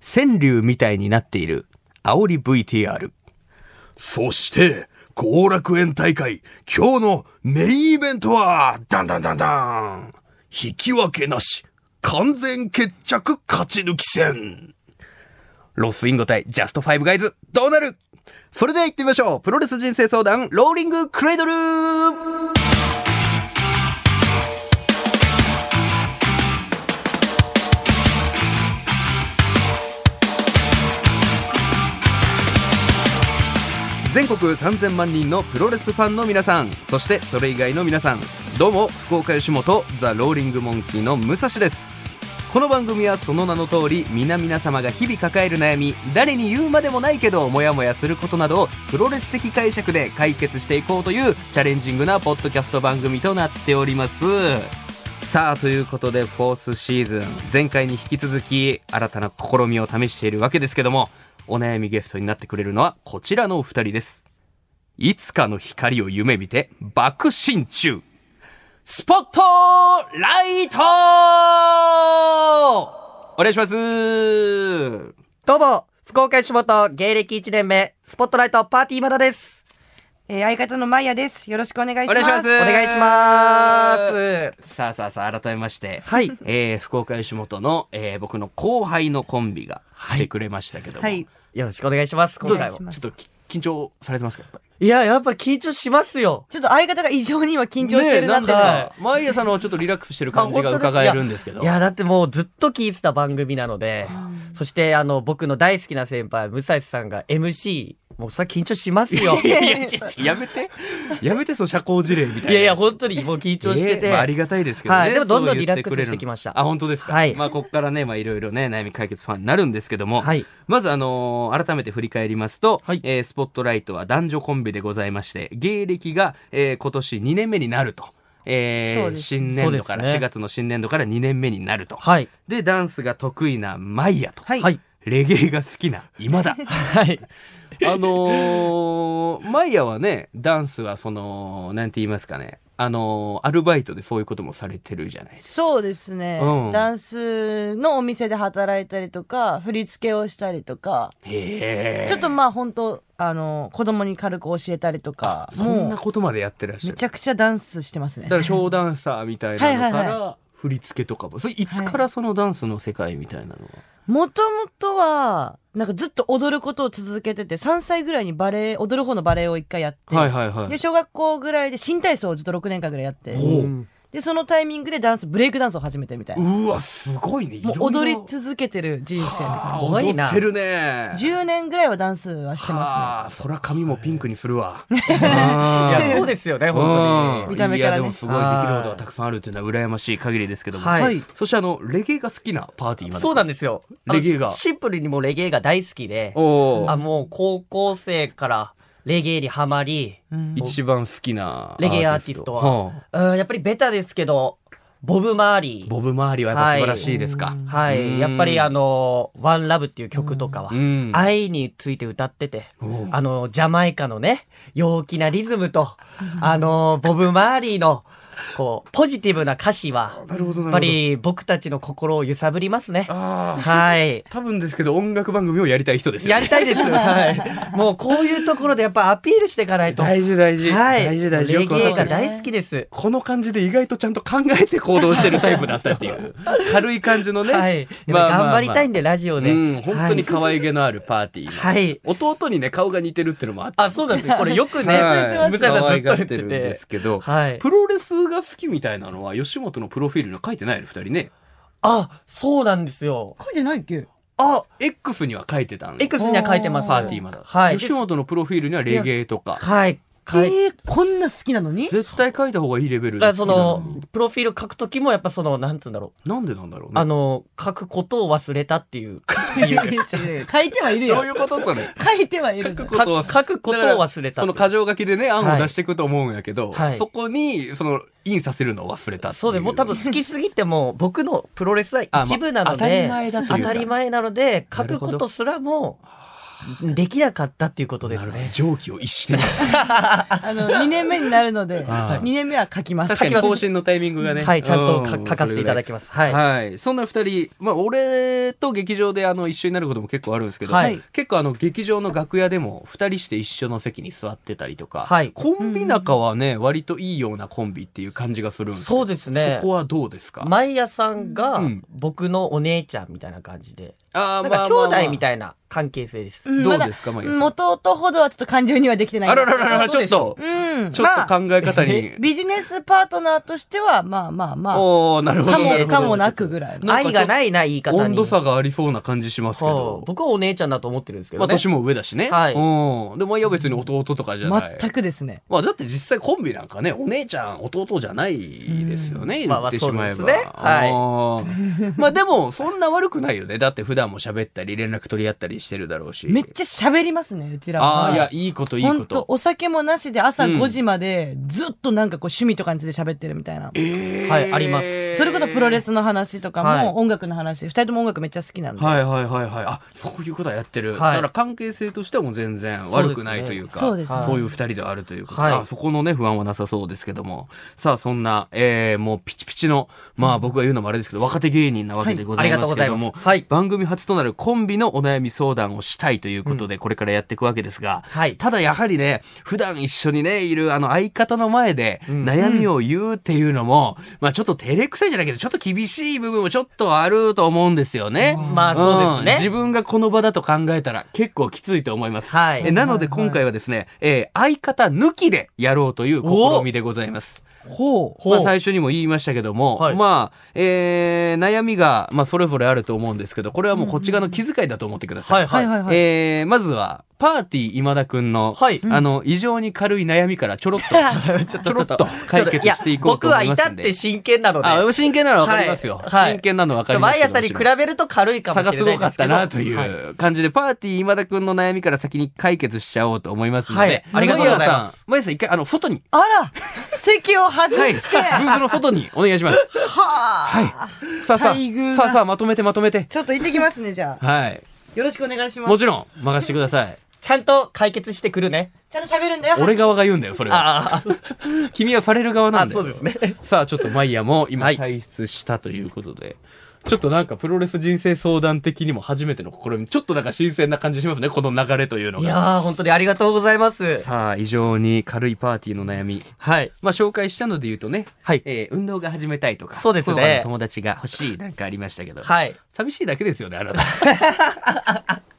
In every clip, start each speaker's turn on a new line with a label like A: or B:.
A: 川柳みたいになっている煽り VTR
B: そして、後楽園大会、今日のメインイベントは、ダンダンダンダン。引き分けなし、完全決着勝ち抜き戦。
A: ロスインゴ対ジャストファイブガイズどうなるそれでは行ってみましょうプロレス人生相談ローリングクレイドル全国3000万人のプロレスファンの皆さんそしてそれ以外の皆さんどうも福岡吉本ザ・ローリングモンキーの武蔵ですこの番組はその名の通り皆々様が日々抱える悩み誰に言うまでもないけどモヤモヤすることなどをプロレス的解釈で解決していこうというチャレンジングなポッドキャスト番組となっておりますさあということでフォースシーズン前回に引き続き新たな試みを試しているわけですけどもお悩みゲストになってくれるのはこちらのお二人ですいつかの光を夢見て爆心中スポットライトお願いします
C: どうも、福岡吉本芸歴1年目、スポットライトパーティーマダです。
D: えー相方のマイヤです。よろしくお願いします。
A: お願いします
C: お願いします。
A: さあさあさあ改めまして、
C: はい
A: えー福岡吉本の、えー僕の後輩のコンビが来てくれましたけども、
D: はい。
C: よろしくお願いします、
A: どう
C: 今
A: で
C: 回
A: す
C: も
A: か。ちょっとき緊張されてますか
C: いや、やっぱ緊張しますよ。
D: ちょっと相方が異常に今緊張してるなっ
C: ね
D: ていうの
C: えなん
D: は。
C: だ
A: 毎朝のちょっとリラックスしてる感じが伺えるんですけど
C: いや、だってもうずっと聞いてた番組なので、そしてあの、僕の大好きな先輩、武蔵さんが MC、もうそれは緊張しますよ。い
A: いやいやいややめてやめてその社交辞令みたいな
C: やいや、本当にもう緊張してて。
A: ええまあ、ありがたいですけどね、
C: はいでもどんどん
A: そう言てくれる
C: リラックスしてきました
A: あ本当ですか、
C: はい
A: まあここからねまあいろいろね悩み解決ファンになるんですけども、
C: はい
A: まずあのー改めて振り返りますと、
C: はい
A: えースポットライトは男女コンビでございまして芸歴が、えー今年2年目になると。えー
D: そうですね
A: 新年度から、
C: そうですね
A: 4月の新年度から2年目になると、
C: はい。
A: でダンスが得意なマイヤと、
D: はい。
C: はい。
A: レゲエが好きな今田
C: はい。
A: あのーマイヤはねダンスはそのなんて言いますかねあのーアルバイトでそういうこともされてるじゃない
D: そうですね、
A: うん
D: ダンスのお店で働いたりとか、振り付けをしたりとか、
A: へえ
D: ちょっとまあ本当あの、子供に軽く教えたりとか、
A: そん
D: も
A: なことまでやってらっ
D: う、
A: しゃ
D: め
A: る
D: ちゃくちゃダンスしてますね
A: だか。らショーダンサーみたいなのか
D: はいはい
A: ら振り付けとかもそれいつからそのダンスの世界みたいなのは、
D: もともとは、なんかずっと踊ることを続けてて、3歳ぐらいにバレエ、踊る方のバレエを一回やって、
A: はい、はいはい
D: で、小学校ぐらいで新体操をずっと6年間ぐらいやって、
A: ほう
D: で、そのタイミングでダンス、ブレイクダンスを始めてみたいな。
A: うわすごいねいろい
D: も
A: うろ
D: 踊り続けてる人生
A: あ
C: すごいな
A: 踊ってるね
D: 10年ぐらいはダンスはしてま
A: あそら髪もピンクにする わ
C: い
A: あー
C: や、そうですよね、本当
A: うん
D: 見た目か
A: いや
D: らね
A: でもすごいできることがたくさんあるっていうのは羨ましい限りですけども、
C: はい
D: はい
A: そしてあのレゲエが好きなパーティーま
C: に。
A: で
C: そうなん
A: で
C: ですよ。
A: レゲエが
C: あのシンプルにもうレゲエが大好きで。
A: お
C: あ
A: お
C: もう高校生からレゲエにハマり、
D: すね。
A: 一番好きな
C: レゲエアーティストは
A: はあ
C: うん、やっぱりベタですけどボブ・マーリー
A: ボブ周りはやっぱ素晴らしいですか、
C: は
A: うん
C: いやっぱりあの「ワンラブっていう曲とかは
A: うん
C: 愛について歌ってて
A: おう
C: あのジャマイカのね陽気なリズムとあのボブ・マーリーのこうポジティブな歌詞は
A: なるほどな
C: や
A: る
C: っ
A: ほ
C: ぱ
A: ど
C: り僕たちの心を揺さぶりますね。
A: ああ
C: はい
A: 多分ですけど音楽番組をやりたい人ですよ、
C: や
A: ね、
C: りたいです、はい、 もうこういうところでやっぱアピールしていかないと
A: 大事大事、
C: はい、
A: 大事大事
C: レ
A: よくわ
C: ゲ
A: か
C: エ
A: んな
C: が
A: い
C: 大好きです。
A: この感じで意外とちゃんと考えて行動してるタイプだったっていう 軽い感じのね、
C: はい、
A: まあまあまあ
C: 頑張りたいんでラジオで、
A: うん本当に
C: はい
A: 可愛げのあるパーティーの、
C: はい
A: 弟にね顔が似てるっていうのもあって
C: あそうなんで すよこれよくね、
A: はい
C: 武蔵さんずっ
A: 可
C: と
A: 愛が
C: 言
A: っ
C: ってて
A: るん
C: て
A: ですけど、
C: はい
A: プロレスが好きみたいなのは吉本のプロフィールには書いてないの2人ね
C: あそうなんですよ
D: 書いてないっけ
C: あ
A: X には書いてたのよ
C: X には書いてます
A: パーティーまだ、
C: はい
A: 吉本のプロフィールにはレゲエとか
C: はい
D: え
C: 書い
D: ー、こんな好きなのに
A: 絶対書いた方がいいレベルで
C: だか
A: 好
C: ら
A: き
C: そ
A: なの
C: の
A: に
C: プロフィール書く時もやっぱそのなんて言うんだろう
A: なんでなんだろうね
C: あの書くことを忘れたっていう理由です
D: 書いてはいる
A: どう
D: よ
A: い。うことそれ
D: 書いてはいるん
A: 書
D: だよ
A: くことを忘
C: 書
A: れ
C: 書くことを忘れた
A: その箇条書きでね案を出していくと思うんやけど、
C: はい
A: そこにそのインさせるのを忘れたってい
C: そうでもう多分好きすぎてもう僕のプロレスは一部な
A: あまあ
C: ので
A: 当たり前だというか
C: 当たり前なので
A: な
C: 書
A: る
C: く
A: ほど
C: ことすらもできなかったっていうことです
B: なるほど
C: ね。
B: 常軌を逸してます。
D: あの2年目になるので
B: あー
D: 2年目は書きます
A: 確かに更新のタイミングがね。
C: はい、ちゃんと
A: う
C: か書かせていただきます。はい。
A: はい、そんな二人、まあ、俺と劇場であの一緒になることも結構あるんですけど、
C: はい
A: 結構あの劇場の楽屋でも二人して一緒の席に座ってたりとか、
C: はい
A: コンビ仲はね割といいようなコンビっていう感じがするんですけど
C: そうですね
A: そこはどうですか、
C: マイヤさんが
A: うん
C: 僕のお姉ちゃんみたいな感じで、
A: あー
C: なん
A: ま
C: か
A: あ
C: 兄
A: まあまあ
C: 弟みたいな関係性です。
D: うん
A: ど
D: ま
A: う
D: だ
A: ですか、まあ、
D: 元々ほどはちょっと感情にはできてない
A: あらららららちょっと
D: うん
A: ちょっと考え方 に、
D: ビジネスパートナーとしてはまあまあまあ
A: おおなるほど
D: か
A: なるほ
D: も
A: ど
D: かもなくぐらいの
A: なんかちょ
C: 愛がないな言い方に。
A: 温度差がありそうな感じしますけ
C: そう
A: ど、
C: 僕はお姉ちゃんだと思ってるんですけ
A: まあ、
C: どね。
A: 年も上だしね、
C: はい
A: うんでもいや別に弟とかじゃない
D: 全くですね
A: まあだって実際コンビなんかねお姉ちゃん弟じゃないですよね、
C: うん
A: 言ってしまえば、
C: まあまあそうですねはい
A: い、まあでもそんな悪くないよねだって普段も喋ったり連絡取り合ったりしてるだろうし
D: めっちゃ喋りますねうちらは
A: ああいや
D: はい
A: いこといい
D: ほ
A: こ
D: んと
A: と
D: お酒もなしで朝
A: うん
D: 5時までずっとなんかこう趣味とかについて喋ってるみたいな、
A: え
C: はいあります
D: それこそプロレ
A: ス
D: スの話とか
C: はい
D: も音楽の話、二人とも音楽めっちゃ好きなんで、
A: はいはいはいはいあそういうことはやってる、
C: は
A: だ
C: い
A: から関係性としても全然
C: そうですね
A: 悪くないというか
D: そうですね
A: そういう二人ではあるということ、
C: はい
A: あそこのね不安はなさそうですけどもさあそんな、えーもうピチピチのまあ僕が言うのもあれですけど若手芸人なわけでご
C: あ
A: ざ
C: り
A: い
C: が
A: ま
C: とう
A: す
C: ご
A: け
C: ざい
A: ど
C: ます
A: も。
C: はい。
A: 番組初となるコンビのお悩み相談をしたいということで、これからやっていくわけですが、
C: はい。
A: ただやはりね、普段一緒にね、いるあの相方の前で
C: うん
A: 悩みを言うっていうのも、まあちょっと照れくさいじゃないけど、ちょっと厳しい部分もちょっとあると思うんですよね。
C: まあそうです
A: ん自
C: ね。
A: 分がこの場だと考えたら結構きついと思います。
C: は
A: え
C: い。
A: なので今回はですね、えー相方抜きでやろうという試みでございます。
D: ほう
A: まあ、最初にも言いましたけども、
C: はい
A: まあ、えー悩みが、まあ、それぞれあると思うんですけどこれはもうこっち側の気遣いだと思ってください。
C: はい
D: は
C: はいい
D: は
C: はいい。
D: はい、
A: えーまずはパーティー今田くんの、
C: はい
A: あの異常に軽い悩みからちょろっと
C: ちょっ
A: ちょろっと解決していこうと思いますんで
C: や僕は至って真剣なので。
A: あ真剣なのは分かりますよ、
C: はいはい
A: 真剣なの分かります
C: 毎
A: よ
C: 朝に比べると軽いかも
A: 差
C: しれな
A: が
C: いですすけど
A: ごかったなと
C: はい
A: いう感じで、パーティー今田くんの悩みから先に解決しちゃおうと思いますので、
C: はいありがとうござ
A: マ
C: います
A: リアさん。マリアさん一回、あの、外に、
D: あら席を外
A: はい、ブ
D: して、は
A: ースの外にお願いします。
D: あ、
A: はい。さあさ
D: 待遇
A: あ、
D: が
A: さあさあ、まとめてまとめて。
D: ちょっと行ってきますねじゃあ
A: はい。
D: よろしくお願いしま
A: も
D: す
A: ちろん、任してくだ さい。
C: ちゃんと解決してくるね。
D: ちゃんと喋るんだよ
A: 俺側が言うんだよ、それは。
C: あー
A: 君はされる側なんだよ。
C: あそうですね。
A: さあ、ちょっとマイヤも今
C: はい
A: 退出したということで。ちょっとなんかプロレス人生相談的にも初めての試み、ちょっとなんか新鮮な感じしますね、この流れというの
C: い
A: が。
C: やー、本当にありがとうございます。
A: さあ、異常に軽いパーティーの悩み。
C: はい。
A: まあ、紹介したので言うとね、
C: はい
A: えー運動が始めたいとか、
C: そうですね
A: 相場の友達が欲しいなんかありましたけど、
C: はい。
A: 寂しいだけですよね、あなた。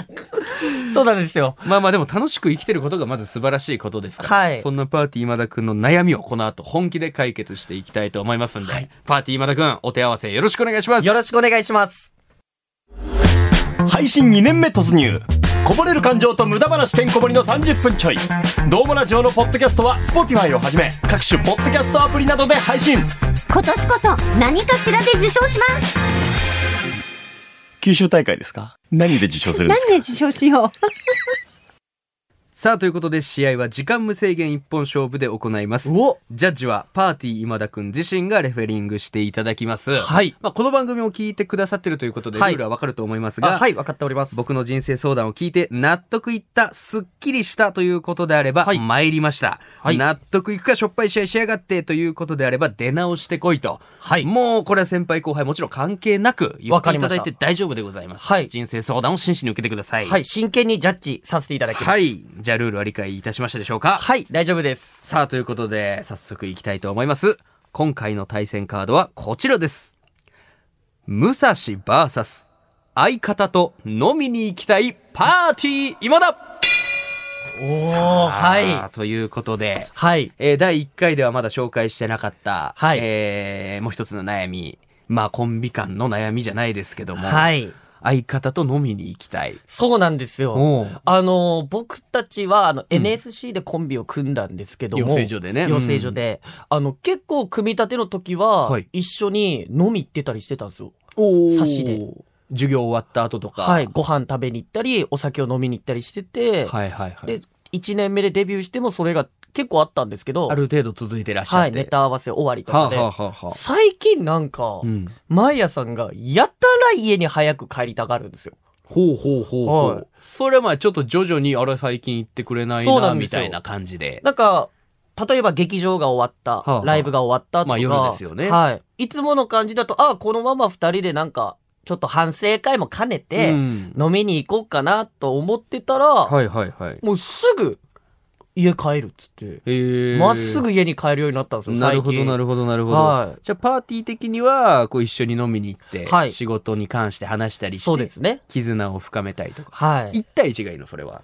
C: そうなんですよ。
A: まあまあでも楽しく生きてることがまず素晴らしいことですから、
C: はい
A: そんなパーティー今田くんの悩みをこの後本気で解決していきたいと思いますんで、パーティー今田くんお手合わせよろしくお願いします
C: よろしくお願いします。
E: 配信2年目突入こぼれる感情と無駄話てんこ盛りの30分ちょい「どうもラジオ」のポッドキャストは Spotify をはじめ各種ポッドキャストアプリなどで配信
F: 今年こそ何かしらで受賞します
E: 九州大会ですか何で受賞するんですか
F: で受賞しよう
A: さあということで試合は時間無制限一本勝負で行います
C: お
A: ジャッジはパーティー今田くん自身がレフェリングしていただきます、
C: はい。
A: まあ、この番組を聞いてくださってるということでル
C: はい
A: ールはわかると思いますが、
C: あはい、分かっております。
A: 僕の人生相談を聞いて納得いったすっきりしたということであれば、
C: はい
A: 参りました、
C: はい
A: 納得いくかしょっぱい試合しやがってということであれば出直してこいと、
C: はい
A: もうこれは先輩後輩もちろん関係なく言
C: わ
A: って
C: か
A: い
C: り
A: た
C: ま
A: だ
C: し
A: いて
C: た
A: 大丈夫でございます、
C: はい
A: 人生相談を真摯に受けてください
C: はい、真剣にジャッジさせていただきます。
A: はいじゃあルールは理解いたしましたでしょうか
C: はい、大丈夫です。
A: さあということで早速いきたいと思います今回の対戦カードはこちらです武蔵 VS 相方と飲みに行きたいパーティー今だ
C: おー、
A: さあ
C: は
A: ということで
C: い。、はい。
A: えー第1回ではまだ紹介してなかった、
C: はい
A: えーもう一つの悩み、まあコンビ間の悩みじゃないですけども、
C: はい。
A: 相方と飲みに行きたい。
C: そうなんですよ。
A: おう
C: あのー、僕たちは、あの、NSC でコンビを組んだんですけども。
A: 養成所でね
C: 養成所で。あの、結構、組み立ての時は、
A: はい
C: 一緒に飲み行ってたりしてたんですよ。差しで。
A: 授業終わった後とか。
C: はい。ご飯食べに行ったり、お酒を飲みに行ったりしてて、
A: はいはいはい
C: で、1年目でデビューしてもそれが結構あったんですけど、
A: ある程度続いてらっしゃ
C: は
A: っ
C: い、
A: て。
C: ネタ合わせ終わりと
A: はあ
C: かで。
A: はあはあはあ
C: 最近なんか、
A: うん。
C: マイヤさんがやたら家に早く帰りたがるんですよ。
A: ほうほうほうほう、
C: はい
A: それはまあちょっと徐々にあれ最近行ってくれない
C: そうな
A: なん
C: で
A: み
C: すよ
A: たいな感じで
C: なんか、例えば劇場が終わった、
A: あはあ
C: ライブが終わったとか、
A: まあ夜ですよね
C: はい。いつもの感じだと、ああ、このまま二人でなんか、ちょっと反省会も兼ねて、
A: うん
C: 飲みに行こうかなと思ってたら、
A: はいはいはい
C: もうすぐ、家帰るっつって、
A: えー
C: まっすぐ家に帰るようになったんですよ、
A: なるほどな
C: る
A: るほどなるほど、
C: はい
A: じゃあパーティー的にはこう一緒に飲みに行って、
C: はい
A: 仕事に関して話したりして
C: そうですね。
A: 絆を深めたいとか
C: はい。
A: 一対一がいいのそれは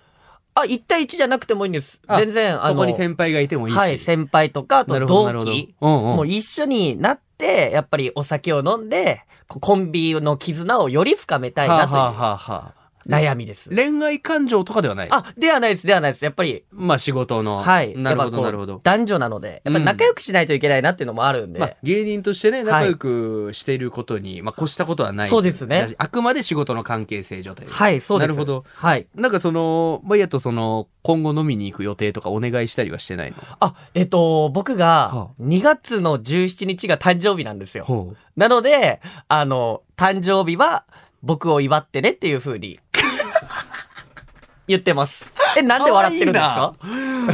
C: あ、1対1じゃなくてもいいんです。
A: あ
C: 全然、あ
A: そ
C: の、
A: こに先輩がいてもいいし、
C: はい、先輩とか、あ
A: な
C: と
A: るほどなるほ
C: 同
A: ど
C: 期、
A: うんうん
C: もう一緒になって、やっぱりお酒を飲んで、こコンビの絆をより深めたい
A: は
C: な
A: あ
C: と
A: はあ
C: い
A: はあはあ
C: う悩みです。
A: 恋愛感情とかではない
C: あ、ではないです、ではないです。やっぱり、
A: まあ仕事の
C: はい。
A: なる
C: や
A: ほ
C: っぱこ
A: ど
C: う
A: なるほど
C: 男女なので、やっぱり仲良くしないといけないなっていうのもあるんで。
A: まあ、芸人としてね
C: は
A: 仲
C: い
A: 良くしていることに、まあ、越したことはない
C: そうですね
A: あくまで仕事の関係性上という
C: はい、そうで
A: な
C: す。
A: るほど
C: はい。
A: なんかそのまあ、やとその今後飲みに行く予定とかお願いしたりはしてないの
C: あ、えっと、僕
A: は
C: が、2月の17日が誕生日なんですよ。
A: ほ
C: なので、あの、誕生日は僕を祝ってねっていう 風に言ってます。え、なんで笑ってるんですか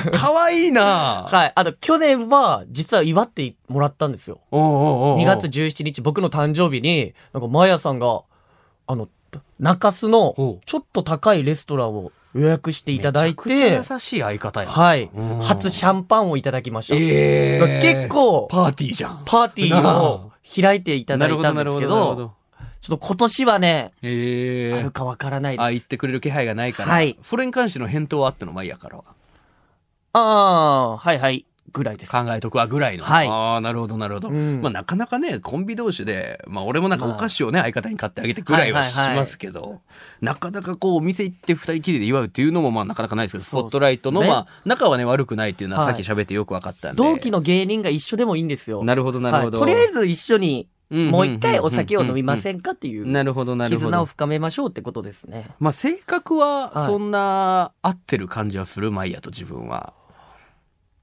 A: うかわいいな
C: はい。あの、去年は実は祝ってもらったんですよ。
A: おうおうおうおう
C: 2月17日、僕の誕生日に、なんか、マヤさんが、あの、中洲の
A: ほう
C: ちょっと高いレストランを予約していただいて
A: めちゃ、くちゃ優しい相方やな
C: はい
A: うん。
C: 初シャンパンをいただきました。
A: え
C: だから結構、
A: パーティーじゃん
C: パーティーを開いていただいたんですけど、ちょっと今年はね、
A: え
C: あ
A: え
C: るかわからない
A: あ言
C: で
A: っ
C: す。
A: てくれる気配がないから、
C: はい
A: それに関しての返答はあったのマイヤからは
C: ああ、はいはい、ぐらいです。
A: 考えとくわぐらいの、
C: はい
A: ああなるほどなるほど、
C: うん
A: まあなかなかねコンビ同士で、まあ、俺もなんかお菓子をね、相方に買ってあげてぐらいは
C: はい
A: し
C: はいはい
A: ますけど、なかなかこうお店行って二人きりで祝うっていうのもまあなかなかないですけどス
C: そう
A: ポ
C: ですね
A: ットライトの、まあ仲はね悪くないっていうのは
C: は
A: さ
C: い
A: っき喋ってよく分かったんで、
C: 同期の芸人が一緒でもいいんですよ。
A: なるほどなるほど、
C: はいとりあえず一緒に、
A: うんうんうんうん
C: もう一回お酒を飲みませんかっていう、
A: なるほどなるほ
C: 絆を
A: ど
C: 深めましょうってことですね。
A: まあ性格
C: は
A: はいそんな合ってる感じはする、マイヤと自分は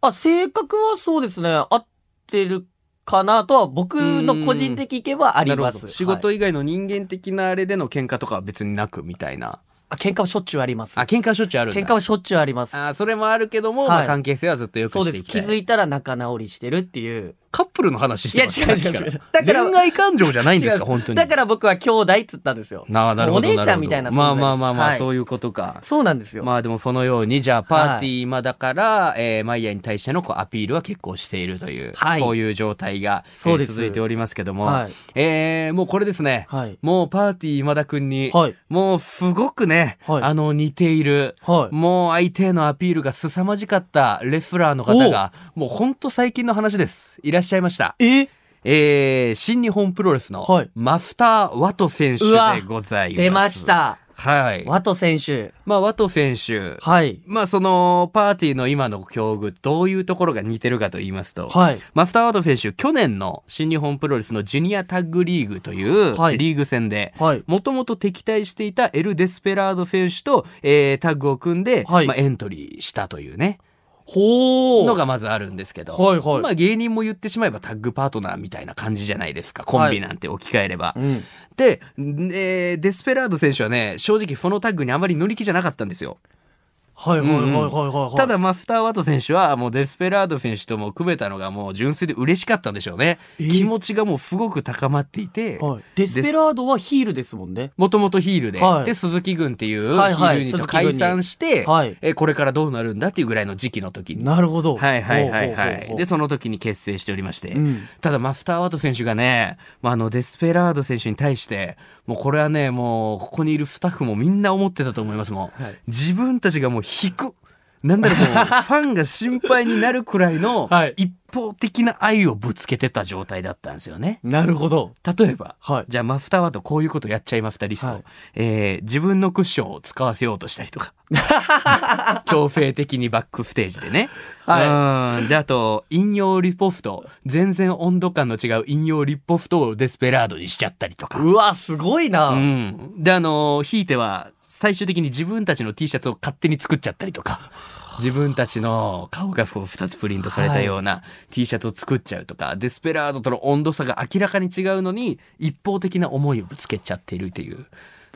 C: あ、性格はそうですね、合ってるかなとは、僕の個人的意見はあり
A: なる
C: ま
A: ほ
C: す。
A: ど
C: はい
A: 仕事以外の人間的なあれでの喧嘩とかは別になくみたいな
C: あ、喧嘩はしょっちゅうあります。
A: あ喧嘩はしょっちゅうあるんだ
C: 喧嘩はしょっちゅうあります。
A: あーそれもあるけども、ま
C: は
A: あ、
C: い
A: 関係性はずっとよく
C: そう
A: し
C: で
A: ていき
C: す。
A: た
C: 気
A: い
C: づいたら仲直りしてるっていう。
A: カップルの話してます
C: いや違う
A: さっき
C: 違う違う
A: ら
C: だから
A: 恋愛感情じゃないんですか
C: 違う
A: 本当に
C: だから僕は兄弟っつったんですよ。
A: なあなるほど
C: お姉ちゃんみたいな
A: るほど
C: 存在です
A: まあまあまあまあ、
C: はい
A: そういうことか
C: そうなんですよ。
A: まあでもそのようにじゃあパーティーまあだから、えーマイヤーに対してのこうアピールは結構しているという、
C: はい
A: そういう状態が、えー
C: そうです
A: 続いておりますけども、
C: はい
A: えーもうこれですね、
C: はい
A: もうパーティー今田くんに、
C: はい
A: もうすごくね、
C: はい
A: あの似ている、
C: はい
A: もう相手へのアピールが凄まじかったレスラーの方がもうほんと最近の話ですいらっしゃいました
C: え
A: えー、新日本プロレスの
C: はい
A: マスター・ワト選手
C: うわ
A: でございます。
C: 出まし。た。
A: はい。
C: ワト選手。
A: まあ、ワト選手。
C: はい。
A: まあ、その、パーティーの今の境遇、どういうところが似てるかと言いますと、
C: はい。
A: マスター・ワト選手、去年の新日本プロレスのジュニアタッグリーグという
C: はい
A: リーグ戦で、
C: はい。
A: もともと敵対していたエル・デスペラード選手と、えータッグを組んで、
C: はい
A: まあ、エントリーしたというね、
C: ほ
A: のがまずあるんですけど、
C: はいはい
A: まあ、芸人も言ってしまえばタッグパートナーみたいな感じじゃないですかコンビなんて置き換えれば。
C: うん。
A: で、んえーデスペラード選手はね正直そのタッグにあまり乗り気じゃなかったんですよ。
C: はいはいはいはいはいはい。
A: ただマスター・ワト選手はもうデスペラード選手とも組めたのがもう純粋で嬉しかったんでしょうね。
C: えー
A: 気持ちがもうすごく高まっていて。
C: はい、デスペラードはヒールですもんね。
A: もともとヒールで、
C: はい
A: で鈴木軍っていうヒ
C: は
A: ー
C: いはい
A: ルユニット
C: 鈴木軍
A: 解散
C: に
A: して、
C: はい
A: えーこれからどうなるんだっていうぐらいの時期の時に
C: なるほど。
A: はいはいはいは
C: ほうほうほう
A: い
C: ほ。う
A: で、その時に結成しておりまして、
C: うん
A: ただマスター・ワト選手がね、まあ、あのデスペラード選手に対して、もうこれはね、もうここにいるスタッフもみんな思ってたと思いますもん。
C: はい
A: 自分たちがもう引く。なんだろう、もうファンが心配になるくらいの
C: はい
A: 一方的な愛をぶつけてた状態だったんですよね。
C: なるほど。
A: 例えば、
C: はい
A: じゃあマスター・ワトこういうことやっちゃいましたリスト、
C: はい
A: えー自分のクッションを使わせようとしたりとか 強制的にバックステージでね、うんであと引用リポスト全然温度感の違う引用リポストをデスペラードにしちゃったりとか
C: うわ、すごいな。
A: うん、であのひいては最終的に自分たちの T シャツを勝手に作っちゃったりとか自分たちの顔がこう2つプリントされたような T シャツを作っちゃうとか、デスペラードとの温度差が明らかに違うのに一方的な思いをぶつけちゃっているっていう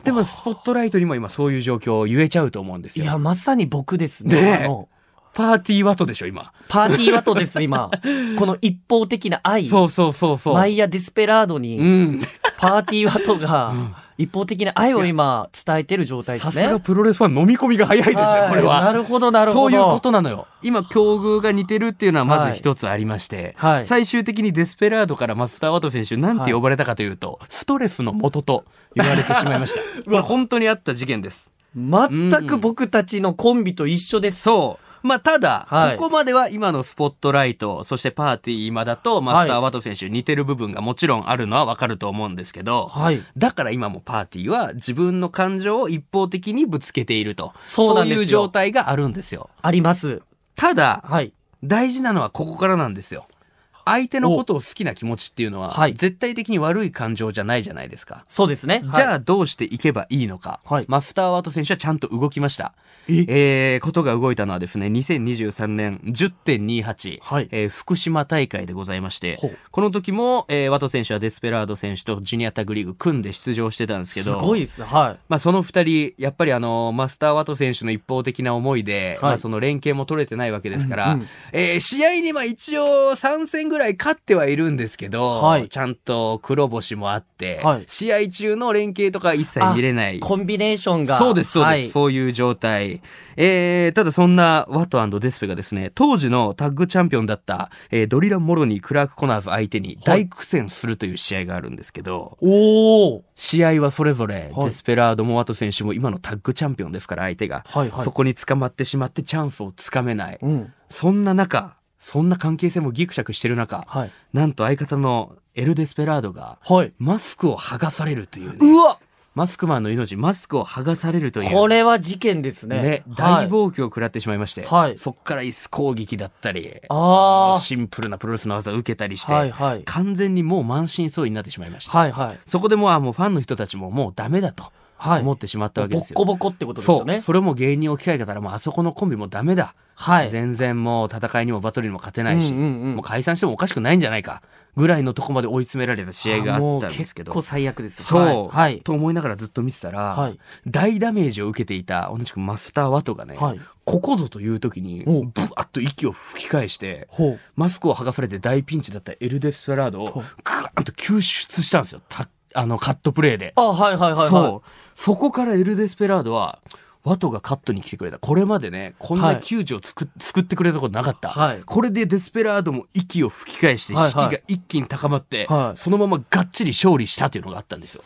A: でもスポットライトにも今そういう状況を言えちゃうと思うんです
C: い
A: よ
C: や、まさに僕です
A: ねえ
C: ね。あの
A: パーティーワトでしょ今
C: パーティーワトです、 今。この一方的な愛。
A: そうそうそうそう
C: マイヤ・ディスペラード
A: う
C: に、
A: ん
C: パーティーワトが、一方的な愛を今、伝えてる状態です
A: さ
C: ね。
A: すがプロレスファン飲み込みが早いですね
C: はい
A: これは
C: なるほど、なる
A: そ
C: ほど。
A: ういうことなのよ今境遇が似てるっていうのはま
C: は
A: ず
C: い
A: 一つありまして、
C: はい
A: 最終的にデスペラードからマスター・ワト選手なんて呼ばれたかというと、ストレスの元と言われてしまいま したこれ本当にあった事件です
C: 全く僕たちのコンビと一緒です。
A: そうまあただ、
C: はい
A: ここまでは今のスポットライトそしてパーティー今だとマスター・ワト選手似てる部分がもちろんあるのはわかると思うんですけど、
C: はい。
A: だから今もパーティーは自分の感情を一方的にぶつけていると
C: そうなんですよ
A: いう状態があるんですよ
C: あります。
A: ただ、
C: はい。
A: 大事なのはここからなんですよ相手のことを好きな気持ちっていうのは、
C: おはい
A: 絶対的に悪い感情じゃないじゃないですか、
C: そうですね。
A: じゃ
C: はい
A: あどうしていけばいいのか、
C: はい
A: マスター・ワト選手はちゃんと動きました
C: え
A: えーことが動いたのはですね2023年10.28、
C: はい
A: えー福島大会でございまして
C: ほう
A: この時も、えーワト選手はデスペラード選手とジュニアタッグリーグ組んで出場してたんですけ
C: す
A: ど
C: ごいですね。はい。
A: まあ、その2人やっぱりあのマスター・ワト選手の一方的な思いで、
C: は
A: ま
C: い
A: あ、その連携も取れてないわけですから、
C: うんうん
A: えー試合にまあ一応3戦ぐらい勝ってはいるんですけど、
C: はい
A: ちゃんと黒星もあって、
C: はい
A: 試合中の連携とか一切見れない。
C: コンビネーションが。
A: そうです、そうです、
C: はい
A: そういう状態。えー、ただそんなワトデスペがですね、当時のタッグチャンピオンだった、えードリラ・モロニー・クラーク・コナーズ相手に大苦戦するという試合があるんですけど、
C: おお。
A: 試合はそれぞれ、
C: はい
A: デスペラードもワト選手も今のタッグチャンピオンですから相手が、
C: はいはい
A: そこに捕まってしまってチャンスをつかめない、
C: うん。
A: そんな中そんな関係性もギクシャクしてる中、
C: はい。
A: なんと相方のエル・デスペラードが
C: はい。
A: マスクを剥がされるという、ね、
C: うわ
A: マスクマンの命マスクを剥がされるという
C: これは事件ですね。
A: ね、
C: は
A: 大
C: い
A: 暴挙を食らってしまいまして、
C: はい
A: そっから椅子攻撃だったり
C: ああ。
A: シンプルなプロレスの技を受けたりして、
C: はいはい。
A: 完全にもう満身創痍になってしまいました。
C: はいはい。
A: そこでもうあもうファンの人たちももうダメだと
C: はい。
A: 思ってしまったわけ
C: ボ
A: です
C: ッ
A: よ。
C: コボコってことですよ
A: そ
C: ね
A: う。それも芸人置き換えたらもうあそこのコンビもダメだ、
C: はい。
A: 全然もう戦いにもバトルにも勝てないし、
C: うんうんうん
A: もう解散してもおかしくないんじゃないかぐらいのとこまで追い詰められた試合があったんですけど
C: もう結構最悪です。
A: そう、
C: はい。
A: と思いながらずっと見てたら、
C: はい
A: 大ダメージを受けていた同じくマスター・ワトがね、
C: はい
A: ここぞという時に
C: お
A: ブワッと息を吹き返して
C: ほう。
A: マスクを剥がされて大ピンチだったエル・デスペラードをグワーンと救出したんですよたあのカットプレーで。
C: あ、はいはいはいはい。
A: そうそこからエル・デスペラードはワトがカットに来てくれたこれまでねこん
C: は
A: ない窮地をつく、救ってくれたことなかった、
C: はい
A: これでデスペラードも息を吹き返して
C: はいはい
A: 士気が一気に高まって、
C: はい
A: そのままがっちり勝利したというのがあったんですよ。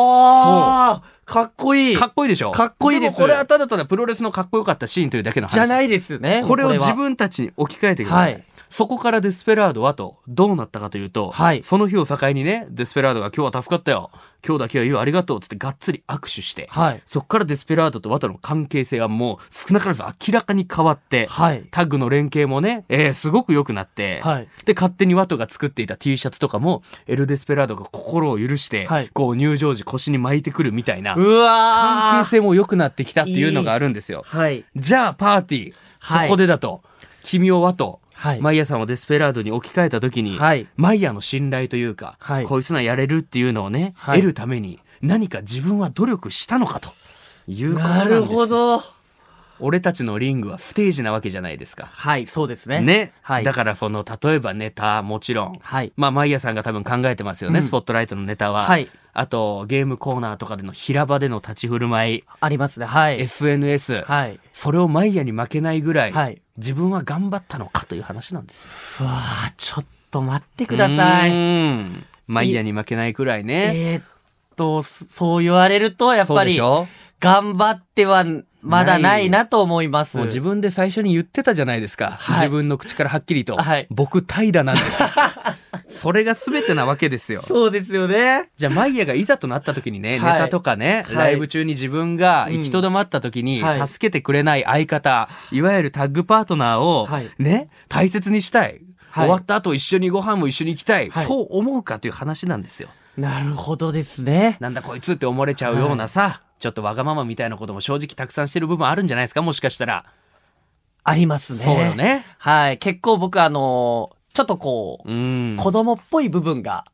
C: おーかっこいい
A: かっこいいでしょ
C: かっこいいです
A: もこれはただただプロレスのかっこよかったシーンというだけの話
C: じゃないいですよね。
A: これを
C: は
A: 自分たちに置き換えてください、
C: はい
A: そこからデスペラードはとどうなったかというと、
C: はい
A: その日を境にねデスペラードが今日は助かったよ今日だけは言うありがとうっつってがっつり握手して、
C: はい。
A: そこからデスペラードとワトの関係性はもう少なからず明らかに変わって、
C: はい。
A: タッグの連携もね、えーすごく良くなって、
C: はい
A: で、勝手にワトが作っていた T シャツとかも、エル・デスペラードが心を許して、
C: はい
A: こう入場時腰に巻いてくるみたいな、
C: うわ
A: 関係
C: ー
A: 性も良くなってきたっていうのがあるんですよ。
C: はい。
A: じゃあパーティー、
C: はい
A: そこでだと、君をワト、
C: はい
A: マイヤさんをデスペラードに置き換えた時に、
C: はい
A: マイヤの信頼というか、
C: はい
A: こいつならやれるっていうのをね、
C: はい
A: 得るために何か自分は努力したのかということな
C: なん
A: です
C: るほど。
A: 俺たちのリングはステージなわけじゃないですか。
C: はい、そうですね。
A: ね、
C: はい。
A: だからその例えばネタもちろん、
C: はい。
A: まあ、マイヤさんが多分考えてますよね、
C: うん
A: スポットライトのネタは、
C: はい
A: あとゲームコーナーとかでの平場での立ち振る舞い、
C: ありますね。はい。
A: SNS、
C: はい。
A: それをマイヤに負けないぐらい、
C: はい
A: 自分は頑張ったのかという話なんですよ。
C: ふわー、ちょっと待ってくださ
A: う
C: い。
A: ーんマイヤに負けないくらいね。
C: えーっと、そそう言われると、やっ
A: そう
C: ぱ
A: で
C: り
A: し、ょ
C: 頑張ってはまだないなと思います。
A: もう自分で最初に言ってたじゃないですか、
C: はい
A: 自分の口からはっきりと「
C: はい
A: 僕怠惰なん です」それが全てなわけですよ。
C: そうですよね。
A: じゃあ、マイヤがいざとなった時にね、
C: はい
A: ネタとかね、
C: はい
A: ライブ中に自分が行きとどまった時に、
C: うんはい
A: 助けてくれない相方、いわゆるタッグパートナーを
C: はい、
A: ね、大切にしたい。
C: はい
A: 終わった後一緒にご飯も一緒に行きたい。
C: はい
A: そう思うかという話なんですよ。
C: なるほどですね。
A: なんだこいつって思われちゃうようなさ、ちょっとわがままみたいなことも正直たくさんしてる部分あるんじゃないですか、もしかしたら。
C: ありますね。
A: そうよ。ね。
C: はい。結構僕、あのーちょっとこう、
A: うん。
C: 子供っぽい部分が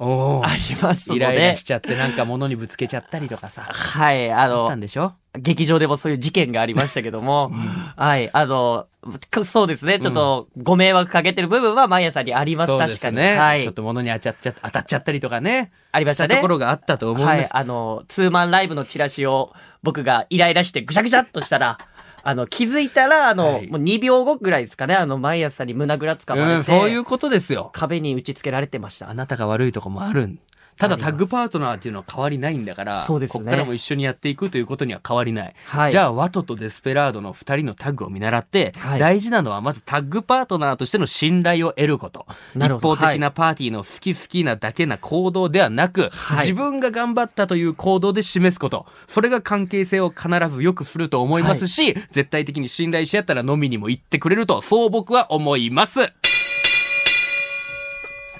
G: おー
C: ありますの
A: イライラ
C: で
A: し、ちゃってなんか物にぶつけちゃったりとか さ
C: はい、あ
A: あっ
C: の
A: たん、でしょ
C: 劇場でもそういう事件がありましたけども、はい、あの、かそうですね、ちょっとご迷惑かけてる部分は毎朝にあります、
A: そうで
C: 確
A: す
C: かに。
A: ね、
C: はい
A: ちょっ。と物に当たっちゃ当たっちゃったりとかね
C: ありましたね
A: ところがあったと思うん
C: は
A: で
C: い
A: す、、
C: あの、ツーマンライブのチラシを僕がイライラしてぐしゃぐしゃっとしたら、あの、気づいたら、あの、
A: はい
C: もう2秒後ぐらいですかね、あの、毎朝に胸ぐらつかま
A: う
C: れ
A: ん、
C: て、
A: そういうことですよ
C: 壁に打ち付けられてました
A: あ。なたが悪いとこもあるんただ
C: あり
A: タ
C: ます
A: ッグパートナーっていうのは変わりないんだから
C: そうですね
A: こっからも一緒にやっていくということには変わりない、
C: はい
A: じゃあワトとデスペラードの2人のタッグを見習って、
C: はい
A: 大事なのはまずタッグパートナーとしての信頼を得ること
C: なる
A: 一
C: ほど
A: 方的なパーティーの好き好きなだけな行動ではなく、
C: はい
A: 自分が頑張ったという行動で示すことそれが関係性を必ず良くすると思いますし、絶対的に信頼し合ったら飲みにも行ってくれるとそう僕は思いますあ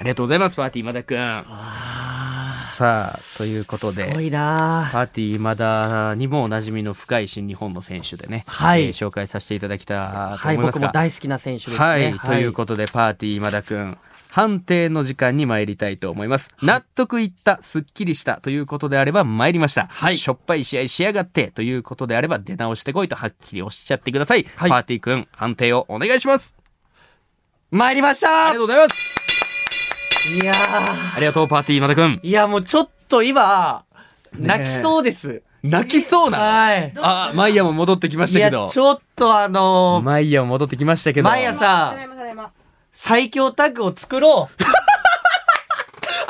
A: りがとうございますパーティー今田くんさあということです
C: ごいなあ
A: パーティー今田にもおなじみの深い新日本の選手でね、
C: はい
A: えー紹介させていただきたと
C: は
A: 思
C: い、
A: いま
C: 僕
A: すが、
C: も大好きな選手ですね。
A: はい、ということでパーティー今田くん判定の時間に参りたいと思います、納得いったすっきりしたということであれば参りました、
C: はい
A: しょっぱい試合しやがってということであれば出直してこいとはっきりおっしゃってください、パーティーくん判定をお願いします
C: 参りまし
A: ありが
C: た
A: とうございます
C: いやー
A: ありがとうパーティー今田くん
C: いや、もうちょっと今、泣きそうです。
A: 泣きそうな
C: はい。
A: あマイヤも戻ってきまし
C: い
A: たけ
C: や、
A: ど
C: ちょっとあのー
A: マイヤも戻ってきましたけど
C: マイヤさん、最強タッグを作ろう。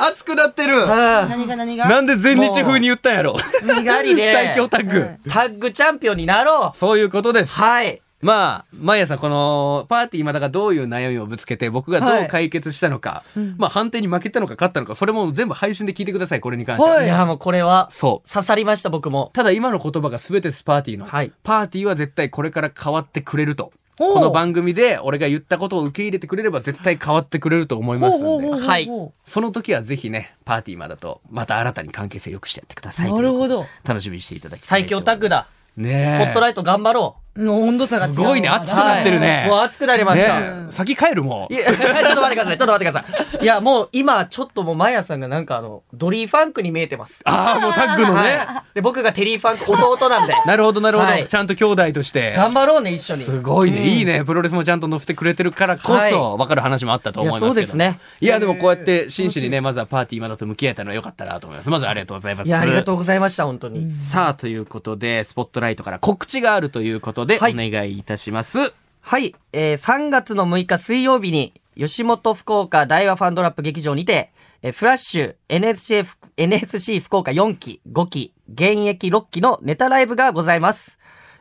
A: 熱くなってる
C: は
D: 何が何 が
A: なんで全日風に言ったんやろ
C: い。にがりで、
A: 最強タッグ、
C: タッグチャンピオンになろう。
A: そういうことです
C: はい。
A: まあ、毎朝このパーティー今だがどういう悩みをぶつけて僕がどう解決したのか、まあ判定に負けたのか勝ったのか、それも全部配信で聞いてください、これに関しては。
C: いや、もうこれは、
A: そう。
C: 刺さりました、僕も。
A: ただ今の言葉が全てですパーティーの、
C: はい
A: パーティーは絶対これから変わってくれると。
D: おう
A: この番組で俺が言ったことを受け入れてくれれば絶対変わってくれると思いますので、
C: はい
A: その時はぜひね、パーティー今だとまた新たに関係性良くしてやってください
D: なるほど
A: 楽しみにしていただきたい
C: 最強タッグ
A: だ。
C: だ。ス
A: ねえ。
C: ポットライト頑張ろ
D: 温度差が違う
A: すごいね、熱
C: う。
A: くなってるね。
C: はいもう熱くなりました。
A: ねえ先帰るもう
C: い。や ちょっと待ってください、ちょっと待ってください。いや、もう今、ちょっともう、マヤさんがなんかあの、ドリーファンクに見えてます。
A: ああ、もうタッグのね。
C: はいで、僕がテリーファンク、弟 なんで。
A: なるほど、なるほど、
C: はい
A: ちゃんと兄弟として。
C: 頑張ろうね、一緒に。
A: すごいね、いいね。プロレスもちゃんと載せてくれてるからこ
C: はい
A: そ、分かる話もあったと思いますけど。
C: いやそうですね。
A: いや、でもこうやって真摯にね、まずはパーティー今だと向き合えたのは良かったなと思います。まずありがとうございます。
C: いや、ありがとうございました、本当に。
A: さあ、ということで、スポットライトから告知があるということで、
C: は
A: お
C: い
A: 願いいたします。
C: はい、えー3月の6日水曜日に、吉本福岡大和ファンドラップ劇場にて、えーフラッシュ NSC, ふ NSC 福岡4期、5期、現役6期のネタライブがございます。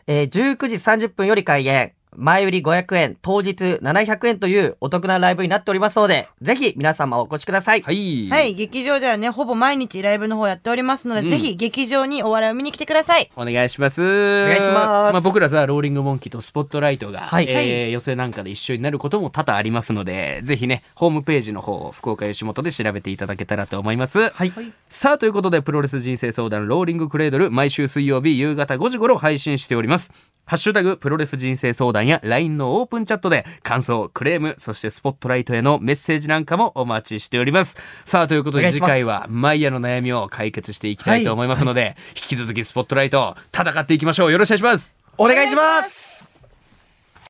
C: えー19時30分より開演、前売り500円、当日700円というお得なライブになっておりますので、ぜひ皆様お越しください。
A: はい。
D: はい劇場ではねほぼ毎日ライブの方やっておりますので、ぜひ劇場にお笑いを見に来てください
A: お願いします。お
C: 願いします
A: あ、僕らザ・ローリング・モンキーとスポットライトが、
C: はい
A: えー寄せなんかで一緒になることも多々ありますので、ぜひね、ホームページの方を福岡吉本で調べていただけたらと思います。
C: はい。
A: さあ、ということで、プロレス人生相談、ローリングクレードル、毎週水曜日夕方5時頃配信しております。ハッシュタグ、プロレス人生相談や LINE のオープンチャットで、感想、クレーム、そしてスポットライトへのメッセージなんかもお待ちしております。さあ、ということ
C: お
A: で、
C: 願いし
A: 次
C: ます
A: 回は、マイヤの悩みを解決していきたいと思いますので、引き続きスポットライト、戦っていきましょう。よろしくお願いします。
C: お願いします